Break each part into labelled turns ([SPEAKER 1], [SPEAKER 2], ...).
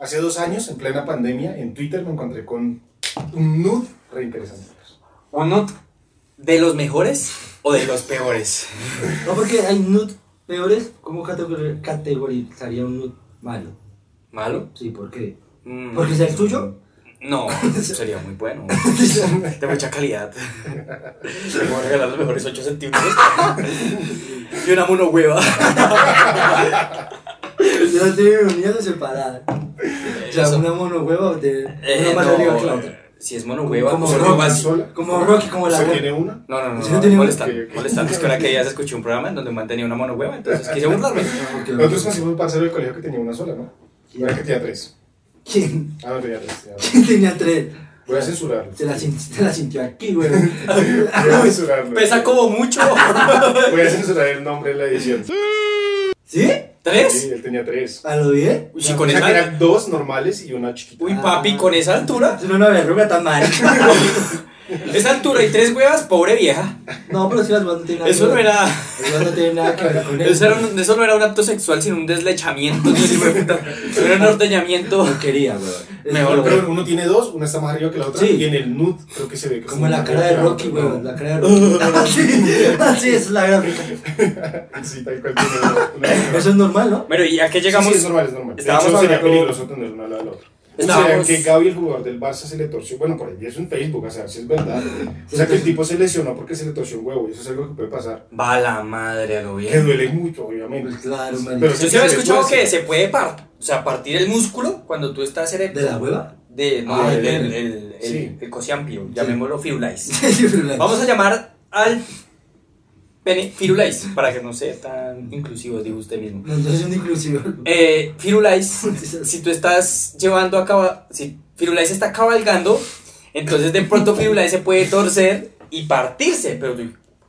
[SPEAKER 1] Hace dos años, en plena pandemia, en Twitter me encontré con un nude re interesante.
[SPEAKER 2] ¿Un nude de los mejores o de los peores?
[SPEAKER 3] No, porque hay nudes peores. ¿Cómo categori- categorizaría un nude malo?
[SPEAKER 2] ¿Malo?
[SPEAKER 3] Sí, ¿por qué?
[SPEAKER 2] Mm,
[SPEAKER 3] ¿Porque sea el tuyo?
[SPEAKER 2] No, sería muy bueno. De mucha calidad. Te voy a regalar los mejores 8 centímetros. Y una mono hueva.
[SPEAKER 3] Yo no tengo unión separada. O sea,
[SPEAKER 2] Eso.
[SPEAKER 3] una mono hueva de una
[SPEAKER 2] Eh,
[SPEAKER 3] más
[SPEAKER 2] no,
[SPEAKER 3] arriba que la otra.
[SPEAKER 2] Si es mono hueva,
[SPEAKER 3] Como
[SPEAKER 2] pues
[SPEAKER 3] Rocky.
[SPEAKER 2] no más.
[SPEAKER 1] sola?
[SPEAKER 3] Como Rocky, como la
[SPEAKER 1] ¿Se
[SPEAKER 3] Rocky.
[SPEAKER 1] tiene una?
[SPEAKER 2] No, no, no,
[SPEAKER 3] Si
[SPEAKER 2] no,
[SPEAKER 3] no tenía-
[SPEAKER 2] molestar,
[SPEAKER 1] Ok, ok.
[SPEAKER 2] molestar, es que ahora que ya escuché un programa en donde mantenía una mono hueva, entonces quise burlarme.
[SPEAKER 3] Porque-
[SPEAKER 1] Nosotros conocimos un parcero del colegio que tenía una sola, ¿no?
[SPEAKER 3] ¿Quién?
[SPEAKER 1] Era que tenía tres.
[SPEAKER 3] ¿Quién?
[SPEAKER 1] Ah, no tenía tres. tenía dos.
[SPEAKER 3] ¿Quién tenía tres?
[SPEAKER 1] Voy a censurarlo.
[SPEAKER 3] Se la, sin- se la sintió aquí, güey.
[SPEAKER 1] Voy a censurarlo.
[SPEAKER 2] Pesa como mucho.
[SPEAKER 1] Pues, Voy a censurar el nombre en la edición.
[SPEAKER 3] ¿Sí?
[SPEAKER 2] ¿Tres?
[SPEAKER 1] Sí, él tenía tres.
[SPEAKER 3] ¿A lo bien? Ah.
[SPEAKER 2] Uy, si con
[SPEAKER 1] o sea,
[SPEAKER 2] esa-
[SPEAKER 1] que eran dos normales y una chiquita.
[SPEAKER 2] Uy, papi, con esa altura.
[SPEAKER 3] Es una verruga tan mal.
[SPEAKER 2] Esa altura y tres huevas, pobre vieja.
[SPEAKER 3] No, pero si las huevas no tienen nada
[SPEAKER 2] Eso
[SPEAKER 3] que
[SPEAKER 2] no
[SPEAKER 3] ver.
[SPEAKER 2] era.
[SPEAKER 3] Las huevas no tienen nada que ver con
[SPEAKER 2] Eso,
[SPEAKER 3] eso.
[SPEAKER 2] era un- eso no era un acto sexual, sino un deslechamiento. no sé, hueputa. Eso era un ordeñamiento.
[SPEAKER 3] No quería, güey. Es
[SPEAKER 2] Mejor,
[SPEAKER 3] como-
[SPEAKER 2] güey.
[SPEAKER 1] Pero uno tiene dos, una está más arriba que la otra.
[SPEAKER 3] Sí.
[SPEAKER 1] Y en el nude creo que se ve que
[SPEAKER 3] Como
[SPEAKER 1] está
[SPEAKER 3] la cara de
[SPEAKER 1] marcada,
[SPEAKER 3] Rocky,
[SPEAKER 1] pero
[SPEAKER 3] güey. La cara de Rocky. Así, así es la gráfica.
[SPEAKER 1] no. Sí, tal cual tiene una- una.
[SPEAKER 3] Eso es normal, ¿no?
[SPEAKER 2] Bueno, ¿y a qué
[SPEAKER 1] Sí,
[SPEAKER 2] llegamos?
[SPEAKER 1] sí, es normal, es normal. De
[SPEAKER 2] estábamos
[SPEAKER 1] hecho, sería
[SPEAKER 2] hablando-
[SPEAKER 1] peligroso tener una al lado de la otra. O
[SPEAKER 2] Estábamos-
[SPEAKER 1] sea, que Gaby, el jugador del Barça, se le torció. Bueno, por ahí es en Facebook, a saber si es verdad. O sea, que el tipo se lesionó porque se le torció un huevo. Y eso es algo que puede pasar.
[SPEAKER 2] Va la madre a lo
[SPEAKER 1] Que
[SPEAKER 2] bien.
[SPEAKER 1] duele mucho, obviamente.
[SPEAKER 3] Pues claro,
[SPEAKER 1] Pero
[SPEAKER 3] marica.
[SPEAKER 2] Yo sí había escuchado que se puede par- o sea, partir el músculo cuando tú estás erecto.
[SPEAKER 3] ¿De la hueva?
[SPEAKER 2] De, no,
[SPEAKER 3] Ah,
[SPEAKER 2] el,
[SPEAKER 3] de-
[SPEAKER 2] el, el, el,
[SPEAKER 1] sí.
[SPEAKER 2] el cociampio, llamémoslo firulais.
[SPEAKER 3] Sí, pero la-
[SPEAKER 2] Vamos a llamar al pene firulais, para que no sea tan inclusivo, digo usted mismo.
[SPEAKER 3] No, yo soy un inclusivo.
[SPEAKER 2] Eh, firulais, si tú estás llevando a cabo, si firulais está cabalgando, entonces de pronto firulais se puede torcer y partirse, pero tú,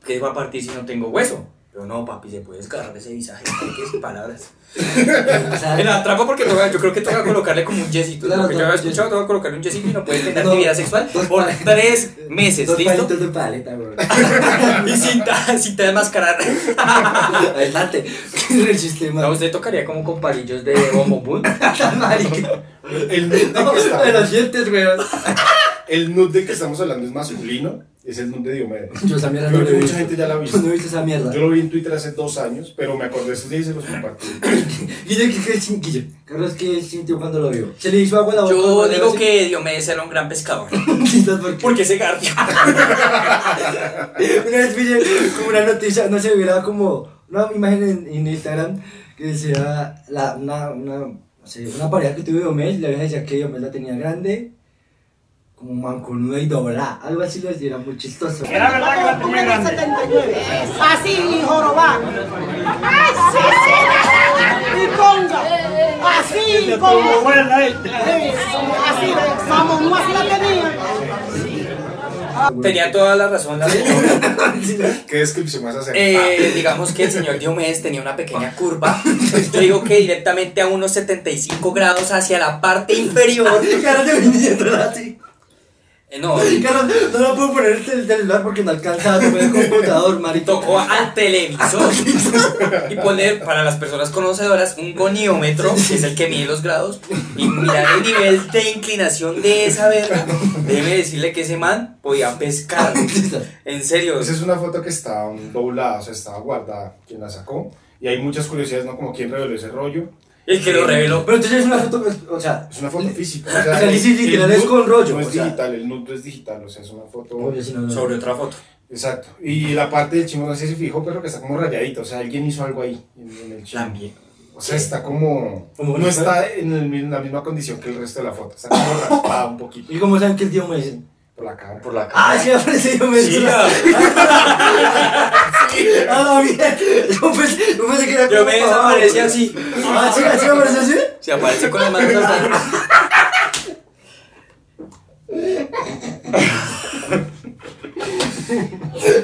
[SPEAKER 2] ¿qué va a partir si no tengo hueso? Pero no, papi, se puede desgarrar ese visaje, que sin palabras.
[SPEAKER 3] O sea,
[SPEAKER 2] En la trampa porque toca- yo creo que toca colocarle como un yesito.
[SPEAKER 3] Claro,
[SPEAKER 2] lo que yo
[SPEAKER 3] toca
[SPEAKER 2] había
[SPEAKER 3] un
[SPEAKER 2] escuchado, toca colocarle un yesito y no puedes tener
[SPEAKER 3] No.
[SPEAKER 2] actividad sexual
[SPEAKER 3] Dos
[SPEAKER 2] por
[SPEAKER 3] palitos.
[SPEAKER 2] tres meses,
[SPEAKER 3] dos
[SPEAKER 2] ¿listo?
[SPEAKER 3] palitos de paleta, güey.
[SPEAKER 2] Y sin, ta- sin te desmascarar.
[SPEAKER 3] Adelante. ¿Qué es el sistema?
[SPEAKER 2] No, usted tocaría como con palillos de bombo boom.
[SPEAKER 3] Marica.
[SPEAKER 1] El nude de que
[SPEAKER 3] De
[SPEAKER 1] estamos,
[SPEAKER 3] los dientes, güey.
[SPEAKER 1] el nude del que estamos hablando es masculino. Es el nude de Diomedes.
[SPEAKER 3] Yo esa mierda
[SPEAKER 1] Creo
[SPEAKER 3] no
[SPEAKER 1] que
[SPEAKER 3] lo he
[SPEAKER 1] mucha
[SPEAKER 3] visto.
[SPEAKER 1] gente ya la ha visto.
[SPEAKER 3] No he visto esa mierda.
[SPEAKER 1] Yo lo vi en Twitter hace dos años, pero me acordé de esos días y se los compartí.
[SPEAKER 3] Guille, ¿qué- qué sin- Guille, Carlos, ¿qué sintió cuando lo vio? Se le hizo agua a la boca.
[SPEAKER 2] Yo
[SPEAKER 3] cuando lo
[SPEAKER 2] digo
[SPEAKER 3] vio,
[SPEAKER 2] que Diomedes era un gran pescador.
[SPEAKER 3] sí. ¿Sabes por qué?
[SPEAKER 2] Porque se garfia.
[SPEAKER 3] Una vez vi como una noticia, no sé, miraba como una imagen en, en Instagram que decía la, una, una, no sé, una pareja que tuve Diomedes y la vieja decía que Diomedes la tenía grande, como manconuda y doblada, algo así lo decía, era muy chistoso.
[SPEAKER 4] Así y jorobado. Y conga. Así y conga. Así, vamos, no así la tenía.
[SPEAKER 2] Tenía toda la razón la señora.
[SPEAKER 1] ¿Qué descripción más hacer?
[SPEAKER 2] Eh, digamos que el señor Diomedes tenía una pequeña curva. Yo digo que directamente a unos 75 grados hacia la parte inferior.
[SPEAKER 3] Carlos de viniendo así.
[SPEAKER 2] Eh, No,
[SPEAKER 3] Carlos, no lo puedo poner en el celular porque no alcanza a tocar el computador, marico.
[SPEAKER 2] tocó al televisor y poner para las personas conocedoras un goniómetro, que es el que mide los grados, y mirar el nivel de inclinación de esa verga. Déjeme decirle que ese man podía pescar. En serio.
[SPEAKER 1] Esa es una foto que estaba um, doblada, o sea, estaba guardada, quien la sacó. Y hay muchas curiosidades, ¿no? Como quién reveló ese rollo.
[SPEAKER 2] El que lo reveló.
[SPEAKER 3] Pero entonces es una foto, pues, o sea,
[SPEAKER 1] Es una foto física.
[SPEAKER 3] O sea, Ah, sí, sí, literal,
[SPEAKER 1] el
[SPEAKER 3] es
[SPEAKER 1] nude
[SPEAKER 3] con rollo,
[SPEAKER 1] No es
[SPEAKER 3] o sea.
[SPEAKER 1] digital, el nude es digital, o sea, es una foto.
[SPEAKER 3] obvio, si no, no.
[SPEAKER 2] Sobre otra foto.
[SPEAKER 1] Exacto. Y la parte del chimo no sé si fijo, pero que está como rayadito, o sea, alguien hizo algo ahí en, en el chimo.
[SPEAKER 2] También.
[SPEAKER 1] O sea, está como.
[SPEAKER 3] Como
[SPEAKER 1] no
[SPEAKER 3] bonito, ¿eh?
[SPEAKER 1] está en, el mi- la misma condición que el resto de la foto, está como raspada un poquito
[SPEAKER 3] ¿Y cómo saben que el tío me dice?
[SPEAKER 1] por la cara.
[SPEAKER 2] Por la cara.
[SPEAKER 3] Ah, sí, aparece yo me
[SPEAKER 2] Sí, ah,
[SPEAKER 3] Ah, bien. Yo pensé, yo pensé que era
[SPEAKER 2] Yo me
[SPEAKER 3] como-
[SPEAKER 2] desaparecí así.
[SPEAKER 3] Ah, sí, así aparece así.
[SPEAKER 2] Se apareció con las manos alzadas.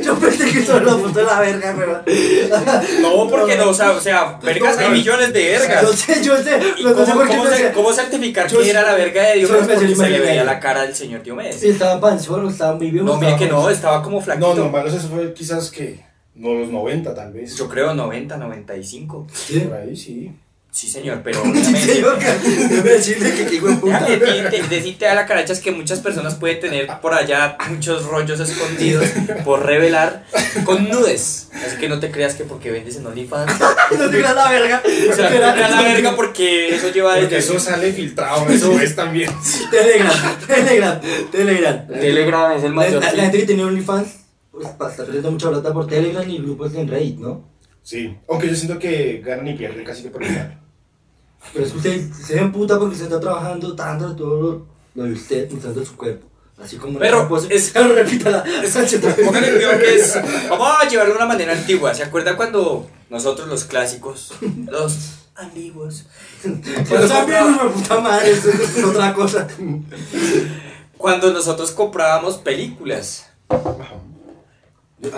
[SPEAKER 3] Yo pensé que solo lo puso la verga, pero.
[SPEAKER 2] No, porque no, o sea, o sea, vergas, hay millones de
[SPEAKER 3] Yo
[SPEAKER 2] vergas.
[SPEAKER 3] sé, yo sé.
[SPEAKER 2] ¿Y
[SPEAKER 3] Lo
[SPEAKER 2] cómo,
[SPEAKER 3] no sé por qué
[SPEAKER 2] cómo
[SPEAKER 3] no
[SPEAKER 2] cer-
[SPEAKER 3] sé.
[SPEAKER 2] cómo certificar
[SPEAKER 3] Yo-
[SPEAKER 2] que era la verga de Dios?
[SPEAKER 3] yo me pensé
[SPEAKER 2] Porque se le
[SPEAKER 3] imaginar
[SPEAKER 2] veía
[SPEAKER 3] ahí.
[SPEAKER 2] la cara del señor Diomedes.
[SPEAKER 3] Sí, estaba panzón, estaba muy bien.
[SPEAKER 2] No, mire
[SPEAKER 3] estaba
[SPEAKER 2] que no,
[SPEAKER 3] panzón.
[SPEAKER 2] estaba como
[SPEAKER 1] No,
[SPEAKER 2] flaquito.
[SPEAKER 1] no, malos, eso fue quizás que. No, los 90 tal vez.
[SPEAKER 2] Yo creo 90, 95.
[SPEAKER 3] Sí.
[SPEAKER 1] Por ahí sí.
[SPEAKER 2] Sí, señor, pero
[SPEAKER 3] Sí,
[SPEAKER 2] obviamente.
[SPEAKER 3] señor, déjame decirle que qué buen puta.
[SPEAKER 2] Déjame decirte, decirte a la caracha es que muchas personas pueden tener por allá muchos rollos escondidos por revelar con nudes. Así que no te creas que porque vendes en OnlyFans
[SPEAKER 3] No te creas la verga.
[SPEAKER 2] se la
[SPEAKER 3] Espera.
[SPEAKER 2] compran a la verga porque eso lleva
[SPEAKER 1] Porque
[SPEAKER 2] desde
[SPEAKER 1] eso sale filtrado después también.
[SPEAKER 3] Telegram, Telegram, Telegram.
[SPEAKER 2] pues. Telegram es el
[SPEAKER 3] La,
[SPEAKER 2] mayor.
[SPEAKER 3] la- la gente que tiene OnlyFans pues, pa- está perdiendo mucha plata por Telegram y grupos en Reddit, ¿no?
[SPEAKER 1] Sí. Aunque yo siento que ganan y pierden casi que por igual.
[SPEAKER 3] Pero es que usted se emputa porque se está trabajando tanto todo lo, lo de usted, usando su cuerpo. Así como
[SPEAKER 2] Pero
[SPEAKER 3] la esposa-
[SPEAKER 2] es-
[SPEAKER 3] Claro, repítala.
[SPEAKER 2] Póngale cuidado que es. Vamos a llevarlo de una manera antigua. ¿Se acuerda cuando nosotros los clásicos, los antiguos,
[SPEAKER 3] Pero
[SPEAKER 2] cuando,
[SPEAKER 3] también,
[SPEAKER 2] compra-
[SPEAKER 3] hijo de puta madre, eso es otra cosa.
[SPEAKER 2] cuando nosotros comprábamos películas?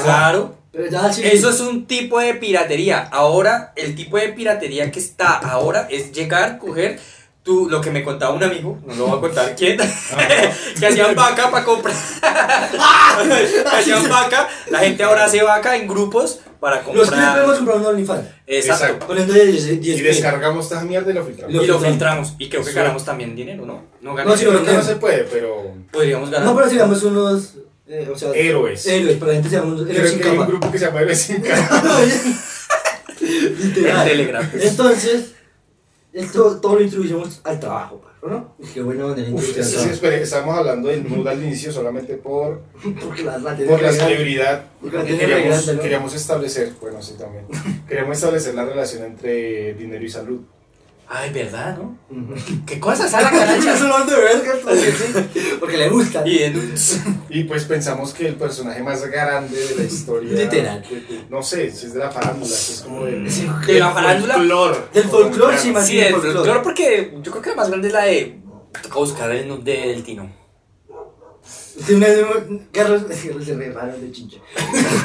[SPEAKER 2] Claro.
[SPEAKER 3] Pero ya, Ah. sí.
[SPEAKER 2] Eso es un tipo de piratería. Ahora, el tipo de piratería que está ahora es llegar, coger tú, lo que me contaba un amigo, no lo voy a contar quién,
[SPEAKER 3] Ah,
[SPEAKER 2] que hacían vaca para comprar.
[SPEAKER 3] Ah.
[SPEAKER 2] que hacían vaca. La gente ahora hace vaca en grupos para
[SPEAKER 3] Los tres hemos
[SPEAKER 2] comprar.
[SPEAKER 3] comprado un OnlyFans.
[SPEAKER 2] Exacto.
[SPEAKER 1] Exacto.
[SPEAKER 3] Poniendo 10
[SPEAKER 1] Y
[SPEAKER 3] 10 mil.
[SPEAKER 1] descargamos esta mierda y lo filtramos.
[SPEAKER 3] Lo
[SPEAKER 2] Y lo
[SPEAKER 3] filtramos.
[SPEAKER 2] filtramos. Y creo que
[SPEAKER 1] Sí.
[SPEAKER 2] ganamos también dinero, ¿no? No
[SPEAKER 1] No,
[SPEAKER 2] ganamos.
[SPEAKER 1] sí, creo que no se puede, pero.
[SPEAKER 2] Podríamos ganar.
[SPEAKER 3] No, pero seríamos unos. eh, o sea,
[SPEAKER 1] Héroes.
[SPEAKER 3] Héroes, para la gente seamos unos héroes
[SPEAKER 1] Creo
[SPEAKER 3] sin
[SPEAKER 1] que hay un
[SPEAKER 3] capa.
[SPEAKER 1] grupo que se llama L5.
[SPEAKER 2] En
[SPEAKER 3] Literal.
[SPEAKER 2] Telegram.
[SPEAKER 3] Entonces, esto todo lo introducimos al trabajo, perro, ¿no? Y Qué buena manera de
[SPEAKER 1] Uf,
[SPEAKER 3] introducir
[SPEAKER 1] es-
[SPEAKER 3] al
[SPEAKER 1] sí,
[SPEAKER 3] trabajo.
[SPEAKER 1] espere, estamos hablando del nudo al inicio solamente por,
[SPEAKER 3] Porque la, la
[SPEAKER 1] por la
[SPEAKER 3] real-
[SPEAKER 1] celebridad
[SPEAKER 3] Porque la
[SPEAKER 1] que
[SPEAKER 3] tiene
[SPEAKER 1] queríamos,
[SPEAKER 3] regrande, ¿no?
[SPEAKER 1] queríamos establecer, bueno, sí también, queríamos establecer la relación entre dinero y salud.
[SPEAKER 2] Ay, ¿verdad, no?
[SPEAKER 3] Ujú.
[SPEAKER 2] ¿Qué cosas? A la
[SPEAKER 3] Ya
[SPEAKER 2] caracha.
[SPEAKER 3] se lo han de verga, porque sí, porque le gusta.
[SPEAKER 2] Y en-
[SPEAKER 1] Y pues pensamos que el personaje más grande de la historia.
[SPEAKER 3] Literal.
[SPEAKER 1] de- de- no sé, si es de la farándula, si es como de.
[SPEAKER 2] de la farándula.
[SPEAKER 3] Del folclore, sí, más
[SPEAKER 2] Sí,
[SPEAKER 3] bien
[SPEAKER 2] el
[SPEAKER 3] folclore.
[SPEAKER 2] folclore, porque yo creo que la más grande es la de. Toca buscar el nude de- del Tino.
[SPEAKER 3] Sí, una vez me- Carlos, Carlos se re raro de chincha.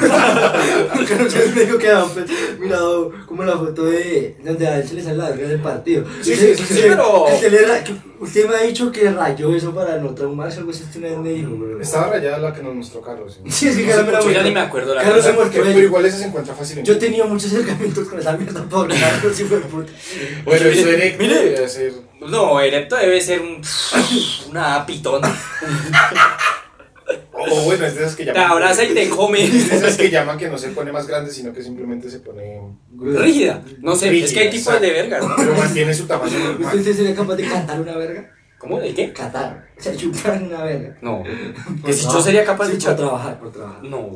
[SPEAKER 3] Carlos me dijo que había pues, mirado como la foto de donde a él se le sale la verga del partido.
[SPEAKER 1] Sí,
[SPEAKER 3] Usted-
[SPEAKER 1] sí, sí,
[SPEAKER 3] usted-
[SPEAKER 2] sí, pero-
[SPEAKER 3] Usted, le ra- que- usted me ha dicho que rayó eso para no traumarse, algo así. Usted una vez me dijo, bro.
[SPEAKER 1] Estaba rayada la que nos mostró Carlos. ¿sí?
[SPEAKER 3] Sí, es que
[SPEAKER 2] No
[SPEAKER 3] Carlos
[SPEAKER 2] sé
[SPEAKER 3] me la
[SPEAKER 1] Ah,
[SPEAKER 2] mucho,
[SPEAKER 3] mostró.
[SPEAKER 2] ya ni me acuerdo, la
[SPEAKER 3] Carlos se
[SPEAKER 1] Pero-
[SPEAKER 3] muerto.
[SPEAKER 1] Pero igual esa se encuentra fácil en
[SPEAKER 3] Yo
[SPEAKER 1] YouTube.
[SPEAKER 3] tenía muchos acercamientos con esa mierda pobre. Carlos, hijo de puta.
[SPEAKER 1] Bueno,
[SPEAKER 2] Mire,
[SPEAKER 1] eso erecto
[SPEAKER 2] mire.
[SPEAKER 1] debe ser.
[SPEAKER 2] No, Erecto debe ser un, una pitón.
[SPEAKER 1] O o bueno, es de esas que
[SPEAKER 2] Te
[SPEAKER 1] llaman.
[SPEAKER 2] abraza y te come.
[SPEAKER 1] Es de esas que llaman que no se pone más grande, sino que simplemente se pone.
[SPEAKER 2] Rígida. No sé, es que hay
[SPEAKER 1] Rígida,
[SPEAKER 2] tipos de vergas. ¿no?
[SPEAKER 1] Pero mantiene su tamaño
[SPEAKER 3] ¿Usted
[SPEAKER 1] normal.
[SPEAKER 3] usted sería capaz de catar una verga?
[SPEAKER 2] ¿Cómo? ¿De qué?
[SPEAKER 3] Catar. O sea, chupar una verga.
[SPEAKER 2] No. Que si yo sería capaz
[SPEAKER 3] Pues Sí,
[SPEAKER 2] de chupar.
[SPEAKER 3] Por trabajar, por trabajar.
[SPEAKER 2] No,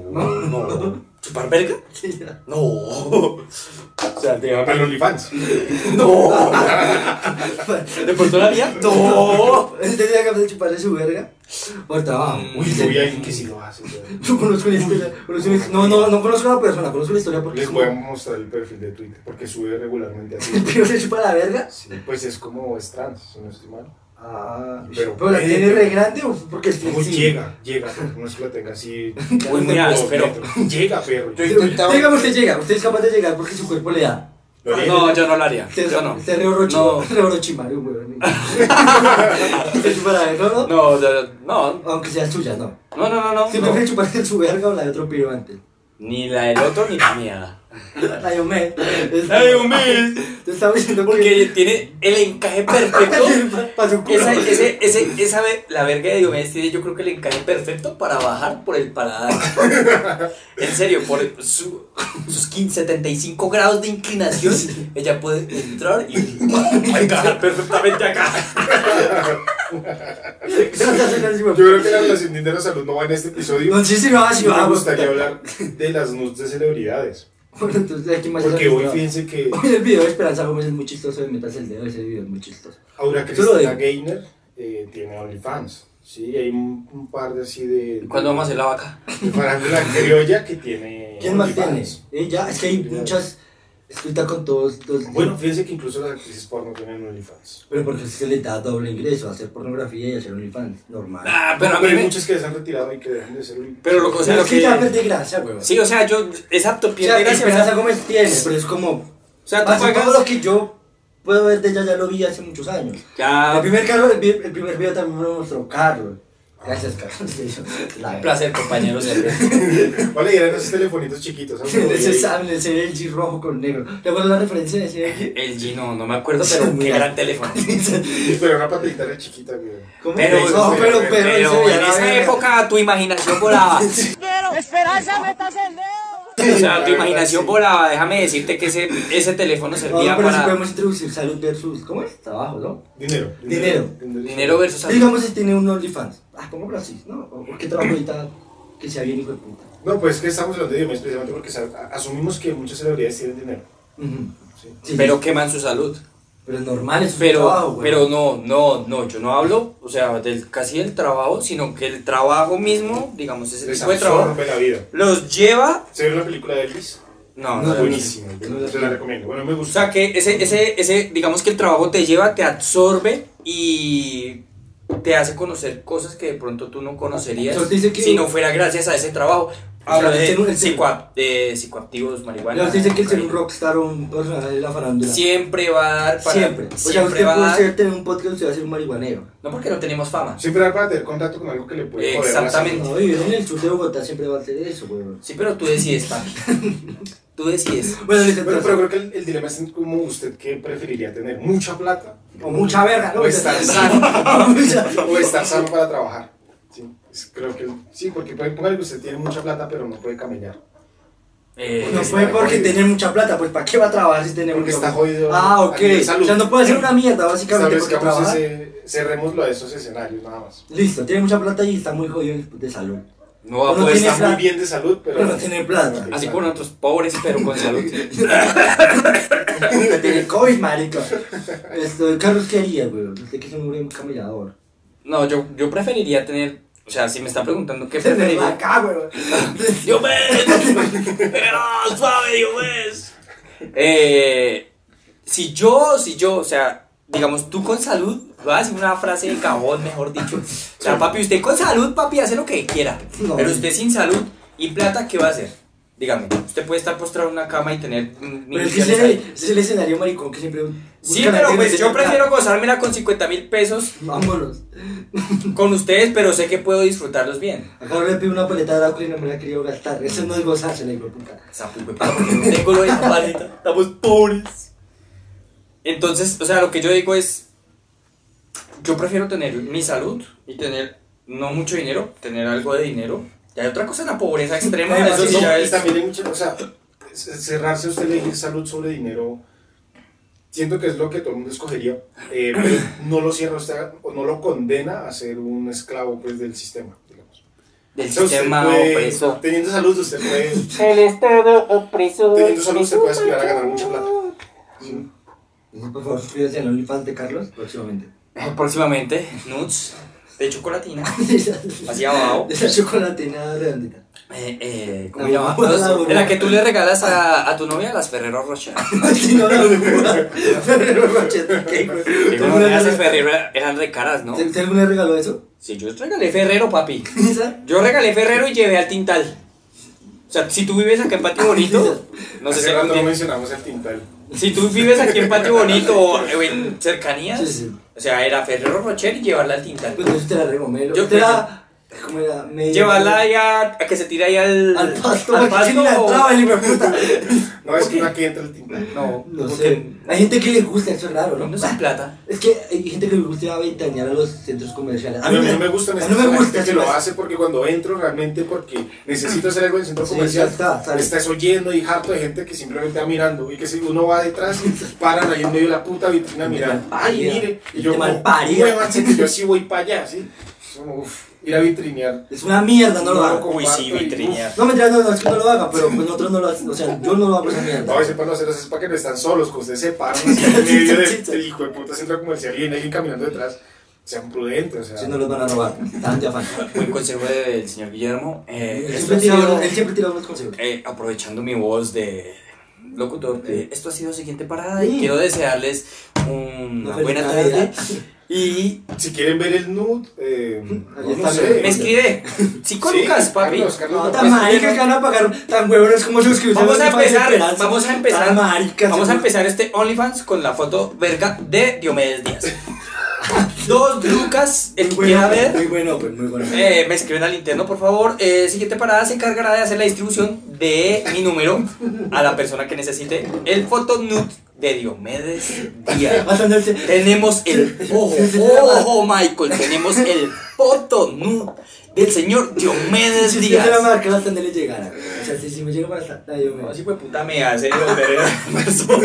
[SPEAKER 2] no. ¿Chupar verga?
[SPEAKER 3] Sí, ya.
[SPEAKER 2] No. O sea, te va
[SPEAKER 1] Para los OnlyFans.
[SPEAKER 2] No. ¿De por toda la vida? No.
[SPEAKER 3] ¿Usted sería capaz de chuparle su verga? Por trabajo.
[SPEAKER 1] Uy, yo vi a alguien que sí lo hace. güey.
[SPEAKER 3] Yo conozco la historia. conozco la- no, no, no conozco a la persona, conozco la historia porque.
[SPEAKER 1] Les
[SPEAKER 3] es
[SPEAKER 1] voy a
[SPEAKER 3] como-
[SPEAKER 1] mostrar el perfil de Twitter, porque sube regularmente
[SPEAKER 3] El
[SPEAKER 1] así.
[SPEAKER 3] tío se chupa la verga.
[SPEAKER 1] Sí, pues es como es trans, si no estoy mal.
[SPEAKER 3] Ah, pero,
[SPEAKER 1] Pero-
[SPEAKER 3] la tiene re grande o porque es
[SPEAKER 1] Uy,
[SPEAKER 3] flexible?
[SPEAKER 1] llega, llega, no es que lo tenga así.
[SPEAKER 2] Uy, muy
[SPEAKER 1] dos
[SPEAKER 2] áspero.
[SPEAKER 1] metros. Llega, perro.
[SPEAKER 2] Yo intentaba-
[SPEAKER 3] Digamos que llega, usted es capaz de llegar porque su cuerpo le da.
[SPEAKER 1] Lo leí.
[SPEAKER 2] No, yo no lo haría.
[SPEAKER 3] Te,
[SPEAKER 2] Yo no.
[SPEAKER 3] te re orochimaru,
[SPEAKER 2] No.
[SPEAKER 3] re orochimaru, weón. Te chupa la verga, ¿no?
[SPEAKER 2] No, yo- no,
[SPEAKER 3] Aunque sea suya, no.
[SPEAKER 2] no, no, no, no.
[SPEAKER 3] Usted
[SPEAKER 2] no.
[SPEAKER 3] prefiere chuparse su verga o la de otro piro antes.
[SPEAKER 2] Ni la del otro ni la mía.
[SPEAKER 3] La de Omed. Es-
[SPEAKER 2] La de Omed.
[SPEAKER 3] Te estaba diciendo
[SPEAKER 2] Porque tiene el encaje perfecto.
[SPEAKER 3] Para su culo.
[SPEAKER 2] Esa, ese, ese, esa, ve- la verga de Diomedes tiene, yo creo que el encaje perfecto para bajar por el paladar. en serio, por el- su- sus 15, 75 grados de inclinación, ella puede entrar y encajar perfectamente acá.
[SPEAKER 1] Yo creo que la relación dinero salud no va en este episodio.
[SPEAKER 3] No, sí, sí, va, sí,
[SPEAKER 1] Sí,
[SPEAKER 3] va.
[SPEAKER 1] me
[SPEAKER 3] va,
[SPEAKER 1] gustaría
[SPEAKER 3] puta.
[SPEAKER 1] hablar de las nudes de celebridades.
[SPEAKER 3] Bueno, entonces aquí más.
[SPEAKER 1] Porque hoy fíjense que
[SPEAKER 3] Hoy el video de Esperanza Gómez es muy chistoso. Metas el dedo, ese video es muy chistoso.
[SPEAKER 1] Aura
[SPEAKER 3] Yo lo
[SPEAKER 1] Cristina Gaynor eh, tiene OnlyFans. Sí, hay un, un par de así de.
[SPEAKER 2] ¿Cuándo vamos a hacer la vaca?
[SPEAKER 1] de farándula criolla que tiene.
[SPEAKER 3] ¿Quién más tiene?
[SPEAKER 1] OnlyFans.
[SPEAKER 3] Ella, es que hay muchas. Escrita con todos. todos-
[SPEAKER 1] Bueno, fíjense que incluso las actrices porno tienen OnlyFans.
[SPEAKER 3] Pero porque se le da doble ingreso, hacer pornografía y hacer OnlyFans, normal.
[SPEAKER 2] Ah, pero a mí
[SPEAKER 1] hay
[SPEAKER 2] me-
[SPEAKER 1] muchas que les han retirado y que dejan de ser OnlyFans.
[SPEAKER 2] Pero lo- o sea,
[SPEAKER 3] Pero
[SPEAKER 2] lo
[SPEAKER 3] es que
[SPEAKER 2] que-
[SPEAKER 3] ya pierde gracia, weón.
[SPEAKER 2] Sí, o sea, yo, exacto,
[SPEAKER 3] o sea,
[SPEAKER 2] pierde gracia. o
[SPEAKER 3] Esperanza
[SPEAKER 2] sea,
[SPEAKER 3] Gómez tiene, pero es como...
[SPEAKER 2] O sea, tú
[SPEAKER 3] así
[SPEAKER 2] pagas-
[SPEAKER 3] todo lo que yo puedo ver de ella ya lo vi hace muchtos años.
[SPEAKER 2] Ya,
[SPEAKER 3] El primer, Carlos, el, vi- el primer video también me lo mostró Carlos. Gracias, Carlos. La-
[SPEAKER 2] Un placer, compañeros. siempre.
[SPEAKER 1] Vale, y eran esos telefonitos chiquitos. ¿sabes?
[SPEAKER 3] Ese sable, ese LG rojo con negro. ¿Te acuerdas la referencia de ese LG?
[SPEAKER 2] El Gino, no me acuerdo, pero qué
[SPEAKER 3] Mira.
[SPEAKER 2] gran teléfono.
[SPEAKER 1] Pero una patita era chiquita, güey.
[SPEAKER 3] ¿Cómo?
[SPEAKER 2] Pero,
[SPEAKER 3] no, pero, pero,
[SPEAKER 2] Pero
[SPEAKER 3] ese ya
[SPEAKER 2] en
[SPEAKER 3] la
[SPEAKER 2] esa
[SPEAKER 3] verga.
[SPEAKER 2] época tu imaginación volaba. O
[SPEAKER 4] Esperanza, metas el dedo.
[SPEAKER 2] sea, tu imaginación volaba. Déjame decirte que ese, ese teléfono
[SPEAKER 3] No,
[SPEAKER 2] servía
[SPEAKER 3] pero si
[SPEAKER 2] para
[SPEAKER 3] podemos introducir salud versus. ¿Cómo es? Trabajo, ¿no?
[SPEAKER 1] Dinero.
[SPEAKER 3] Dinero.
[SPEAKER 2] dinero versus salud.
[SPEAKER 3] Digamos si tiene un OnlyFans. Ah, pongámoslo así, ¿no? ¿O o qué trabajo ahorita que sea bien hijo de puta?
[SPEAKER 1] No, pues es que estamos hablando de idiomas precisamente porque sa- a- asumimos que muchas celebridades tienen dinero.
[SPEAKER 3] Ujú.
[SPEAKER 1] ¿sí?
[SPEAKER 3] Sí, Ah,
[SPEAKER 2] Pero queman su salud.
[SPEAKER 3] pero es normal, es un trabajo,
[SPEAKER 2] Pero,
[SPEAKER 3] güey.
[SPEAKER 2] pero no, no, no, yo no hablo, o sea, del, casi del trabajo, sino que el trabajo mismo, digamos, ese
[SPEAKER 1] Les
[SPEAKER 2] tipo de trabajo,
[SPEAKER 1] absorbe la vida.
[SPEAKER 2] los lleva.
[SPEAKER 1] ¿Se vio la película de Elvis?
[SPEAKER 2] No,
[SPEAKER 3] No,
[SPEAKER 2] no, no.
[SPEAKER 1] Buenísima, yo te la recomiendo. Bueno, me
[SPEAKER 2] O sea,
[SPEAKER 1] gusta.
[SPEAKER 2] que ese, ese, ese, digamos que el trabajo te lleva, te absorbe y te hace conocer cosas que de pronto tú no conocerías
[SPEAKER 3] Entonces dice que-
[SPEAKER 2] si no fuera gracias a ese trabajo.
[SPEAKER 3] sea,
[SPEAKER 2] Hablo de,
[SPEAKER 3] el ser un- el ser-
[SPEAKER 2] psicoa- de psicoactivos, marihuana.
[SPEAKER 3] Pero dice que el ser un
[SPEAKER 2] cocaína.
[SPEAKER 3] rockstar o un personaje de la farándula.
[SPEAKER 2] Siempre va a dar para. pues,
[SPEAKER 3] Siempre. O sea,
[SPEAKER 2] siempre
[SPEAKER 3] usted
[SPEAKER 2] va a
[SPEAKER 3] puede
[SPEAKER 2] dar-
[SPEAKER 3] ser, tener un podcast, usted va a ser un marihuanero.
[SPEAKER 2] No porque no tenemos fama.
[SPEAKER 1] Siempre dar para tener contacto con algo que le puede joder. la
[SPEAKER 2] Exactamente.
[SPEAKER 1] salud.
[SPEAKER 3] No, vivir en el sur de Bogotá siempre va a ser eso, güey.
[SPEAKER 2] Sí, pero tú decides, papi. Tú decides.
[SPEAKER 3] Bueno, listo,
[SPEAKER 1] Bueno,
[SPEAKER 3] entonces-
[SPEAKER 1] pero creo que el, el dilema es como usted que preferiría tener mucha plata
[SPEAKER 3] O mucha verga, ¿no? este
[SPEAKER 1] o estar sano.
[SPEAKER 3] O mucha-
[SPEAKER 1] o estar sano para trabajar. Sí, es- creo que sí, porque puede poner que usted tiene mucha plata pero no puede caminar.
[SPEAKER 2] Eh,
[SPEAKER 3] No fue porque tener mucha plata, pues ¿para qué va a trabajar si tiene
[SPEAKER 1] Porque
[SPEAKER 3] mucha
[SPEAKER 1] está
[SPEAKER 3] plata?
[SPEAKER 1] jodido
[SPEAKER 3] Ah, ok.
[SPEAKER 1] a nivel salud.
[SPEAKER 3] O sea, no puede hacer una mierda, básicamente, porque
[SPEAKER 1] Establezcamos
[SPEAKER 3] trabaja.
[SPEAKER 1] ese, cerrémoslo a esos escenarios nada más.
[SPEAKER 3] Listo, tiene mucha plata y está muy jodido de salud.
[SPEAKER 2] no va a
[SPEAKER 3] Uno
[SPEAKER 2] poder
[SPEAKER 1] Puede
[SPEAKER 3] tiene
[SPEAKER 2] estar
[SPEAKER 1] estar
[SPEAKER 3] plata.
[SPEAKER 1] muy bien de salud, pero,
[SPEAKER 3] Pero no tiene plata.
[SPEAKER 1] Exacto.
[SPEAKER 2] así como nosotros pobres, pero con salud.
[SPEAKER 3] Que tiene COVID, marico. Esto, Carlos, ¿qué haría, güey? Usted que es un hombre caminador.
[SPEAKER 2] No, yo, yo preferiría tener. O sea, si me está preguntando qué
[SPEAKER 3] Tenerlo
[SPEAKER 2] preferiría. pues,
[SPEAKER 3] acá, güey.
[SPEAKER 2] ¡Dios ves! ¡Era suave, Dios ves! Eh, si yo, si yo, o sea, digamos, tú con salud, voy a decir una frase de cajón, mejor dicho. O sea, papi, usted con salud, papi, hace lo que quiera.
[SPEAKER 3] No.
[SPEAKER 2] Pero usted sin salud y plata, ¿qué va a hacer? Dígame, usted puede estar postrado en una cama y tener. mm,
[SPEAKER 3] Pero es que
[SPEAKER 2] millones
[SPEAKER 3] ese
[SPEAKER 2] ahí.
[SPEAKER 3] ese es el escenario maricón que siempre. este
[SPEAKER 2] Sí,
[SPEAKER 3] busca la
[SPEAKER 2] pero
[SPEAKER 3] gente
[SPEAKER 2] pues
[SPEAKER 3] que
[SPEAKER 2] yo
[SPEAKER 3] tenga
[SPEAKER 2] prefiero gozármela con 50 mil pesos
[SPEAKER 3] plata. Vámonos.
[SPEAKER 2] con ustedes, pero sé que puedo disfrutarlos bien.
[SPEAKER 3] A Carlos le pido una paleta de Drácula y no me la ha querido gastar. Eso no es gozarse, le digo, puta.
[SPEAKER 2] Sapuco, papá, porque no tengo lo de esa paleta, estamos pobres. Entonces, o sea, lo que yo digo es, yo prefiero tener mi salud y tener no mucho dinero, tener algo de dinero. Y hay otra cosa en la pobreza extrema,
[SPEAKER 3] Además,
[SPEAKER 2] eso
[SPEAKER 1] Eso
[SPEAKER 2] sí
[SPEAKER 1] no,
[SPEAKER 2] ya
[SPEAKER 1] y
[SPEAKER 2] es-
[SPEAKER 1] también hay mucha, o sea, c- cerrarse a usted elegir salud sobre dinero, siento que es lo que todo el mundo escogería, eh, pero no lo cierra usted o no lo condena a ser un esclavo pues, del sistema, digamos.
[SPEAKER 2] del
[SPEAKER 1] O sea, usted
[SPEAKER 2] sistema
[SPEAKER 1] puede-
[SPEAKER 2] opresor.
[SPEAKER 1] Teniendo salud, usted puede,
[SPEAKER 5] El Estado opresor.
[SPEAKER 1] teniendo salud, usted puede aspirar a ganar mucha plata.
[SPEAKER 3] Por favor, suscríbete al OnlyFans de Carlos próximamente.
[SPEAKER 2] Próximamente, nuts de chocolatina, así abajo.
[SPEAKER 3] Esa chocolatina redondita.
[SPEAKER 2] Eh, eh, ¿cómo
[SPEAKER 3] La
[SPEAKER 2] llamaba?
[SPEAKER 3] burbuja, la burbuja.
[SPEAKER 2] En la que tú le regalas a, a tu novia las Ferrero Rocher.
[SPEAKER 3] Si no, la locura. Ferrero Rocher, ¿qué, güey?
[SPEAKER 2] Y
[SPEAKER 3] ¿Te
[SPEAKER 2] bueno,
[SPEAKER 3] alguna vez-
[SPEAKER 2] esas Ferrero eran re caras, ¿no?
[SPEAKER 3] ¿Te- te alguna vez regaló eso?
[SPEAKER 2] Si yo regalé Ferrero, papi.
[SPEAKER 3] ¿Esa?
[SPEAKER 2] Yo regalé Ferrero y llevé al Tintal. O sea, si tú vives acá en Patio Bonito, no sé
[SPEAKER 1] Hace
[SPEAKER 2] si
[SPEAKER 1] rato
[SPEAKER 2] algún
[SPEAKER 1] no
[SPEAKER 2] día-
[SPEAKER 1] mencionamos el tintal.
[SPEAKER 2] Si tú vives aquí en Patio Bonito o en cercanías,
[SPEAKER 3] Sí, sí.
[SPEAKER 2] o sea, era Ferrero Rocher y llevarla al Tintal.
[SPEAKER 3] Pues entonces te la regomelo.
[SPEAKER 2] Yo
[SPEAKER 3] te
[SPEAKER 2] creo
[SPEAKER 3] la. ¿Cómo era? Me-
[SPEAKER 2] Llevarla ahí a, a que se tire ahí al,
[SPEAKER 3] Al pasto.
[SPEAKER 2] al
[SPEAKER 3] Al pasto.
[SPEAKER 2] pasto
[SPEAKER 3] la
[SPEAKER 2] o-
[SPEAKER 3] entraba el hijo de puta.
[SPEAKER 1] No, es que una que entra el tintal.
[SPEAKER 2] No,
[SPEAKER 3] No
[SPEAKER 2] porque
[SPEAKER 3] sé. Hay gente que les gusta, eso es raro,
[SPEAKER 2] No
[SPEAKER 3] ¿no?
[SPEAKER 2] es plata.
[SPEAKER 3] Es que hay gente que le gusta ventanear a los centros comerciales.
[SPEAKER 1] A mí no me gusta
[SPEAKER 3] a mí no me gusta.
[SPEAKER 1] que
[SPEAKER 3] se
[SPEAKER 1] lo
[SPEAKER 3] me hace-
[SPEAKER 1] hace porque cuando entro realmente porque necesito hacer algo en el centro
[SPEAKER 3] Sí,
[SPEAKER 1] comercial,
[SPEAKER 3] ya está, sale.
[SPEAKER 1] estás oyendo y harto de gente que simplemente va mirando y que si uno va detrás, paran ahí en medio de la puta vitrina a mirar. Ay,
[SPEAKER 3] malparida.
[SPEAKER 1] mire. Y
[SPEAKER 3] Gente
[SPEAKER 1] yo como,
[SPEAKER 3] malparida.
[SPEAKER 1] "Muévanse, que yo sí voy para allá, ¿sí? Es Como, uf, ir a vitrinear.
[SPEAKER 3] Es una mierda, no lo hago.
[SPEAKER 2] Uy, sí, vitrinear.
[SPEAKER 3] No, mentira, no, no, es que no lo haga, pero pues nosotros no lo hacemos. O sea, yo no lo hago esa
[SPEAKER 1] No, a
[SPEAKER 3] mierda.
[SPEAKER 1] veces para no hacer eso es para que no están solos, que ustedes se paran así en medio de- del hijo de puta centro comercial y viene alguien caminando detrás. Sean prudentes, o sea.
[SPEAKER 3] Si no los van a robar. Tan de afán.
[SPEAKER 2] Buen consejo del señor Guillermo. Eh,
[SPEAKER 3] Él
[SPEAKER 2] esto
[SPEAKER 3] siempre
[SPEAKER 2] ha
[SPEAKER 3] tira
[SPEAKER 2] sido-
[SPEAKER 3] unos- él siempre tira unos consejos.
[SPEAKER 2] Eh, aprovechando mi voz de locutor, eh, esto ha sido siguiente parada y
[SPEAKER 3] Sí.
[SPEAKER 2] quiero desearles una
[SPEAKER 3] Una feliz
[SPEAKER 2] buena
[SPEAKER 3] Navidad.
[SPEAKER 2] tarde. Y
[SPEAKER 1] Si quieren ver el nude, eh,
[SPEAKER 3] Ahí
[SPEAKER 1] no
[SPEAKER 3] está.
[SPEAKER 1] sé.
[SPEAKER 2] me escribe,
[SPEAKER 1] Sí,
[SPEAKER 2] psicólucas, papi.
[SPEAKER 1] Carlos, Carlos,
[SPEAKER 3] No,
[SPEAKER 1] no, pues,
[SPEAKER 3] tan maricas que van a pagar tan huevones como sus que
[SPEAKER 2] Vamos a
[SPEAKER 3] usan para
[SPEAKER 2] empezar,
[SPEAKER 3] desesperanza.
[SPEAKER 2] vamos a empezar,
[SPEAKER 3] Tan maricas.
[SPEAKER 2] vamos a empezar este OnlyFans con la foto verga de Diomedes Díaz. Dos lucas
[SPEAKER 3] Bueno,
[SPEAKER 2] empieza a ver.
[SPEAKER 3] Muy bueno, pues muy bueno.
[SPEAKER 2] Eh, me escriben al interno, por favor. Eh, siguiente parada se encargará de hacer la distribución de mi número a la persona que necesite el fotonut de Diomedes Díaz.
[SPEAKER 3] Matando el se-
[SPEAKER 2] Tenemos el ojo, ojo, Michael. Tenemos el fotonut del señor Diomedes
[SPEAKER 3] Si usted
[SPEAKER 2] Díaz.
[SPEAKER 3] se la marca hasta donde le llegara. O sea, si, si me llega para hasta yo me
[SPEAKER 2] Así fue puta me hace volver en marzo.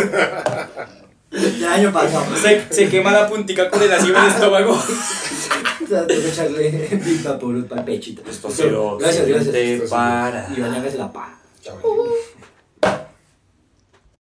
[SPEAKER 3] Ya el año pasado.
[SPEAKER 2] se, se quema la puntica con el ácido del estómago.
[SPEAKER 3] O sea, tengo que echarle Big Vaporub para el pechito.
[SPEAKER 2] Esto ha sido
[SPEAKER 3] Gracias, gracias.
[SPEAKER 2] siguiente
[SPEAKER 1] Esto ha sido-
[SPEAKER 2] parada.
[SPEAKER 3] Y van a hacerse la paja.
[SPEAKER 1] Chao.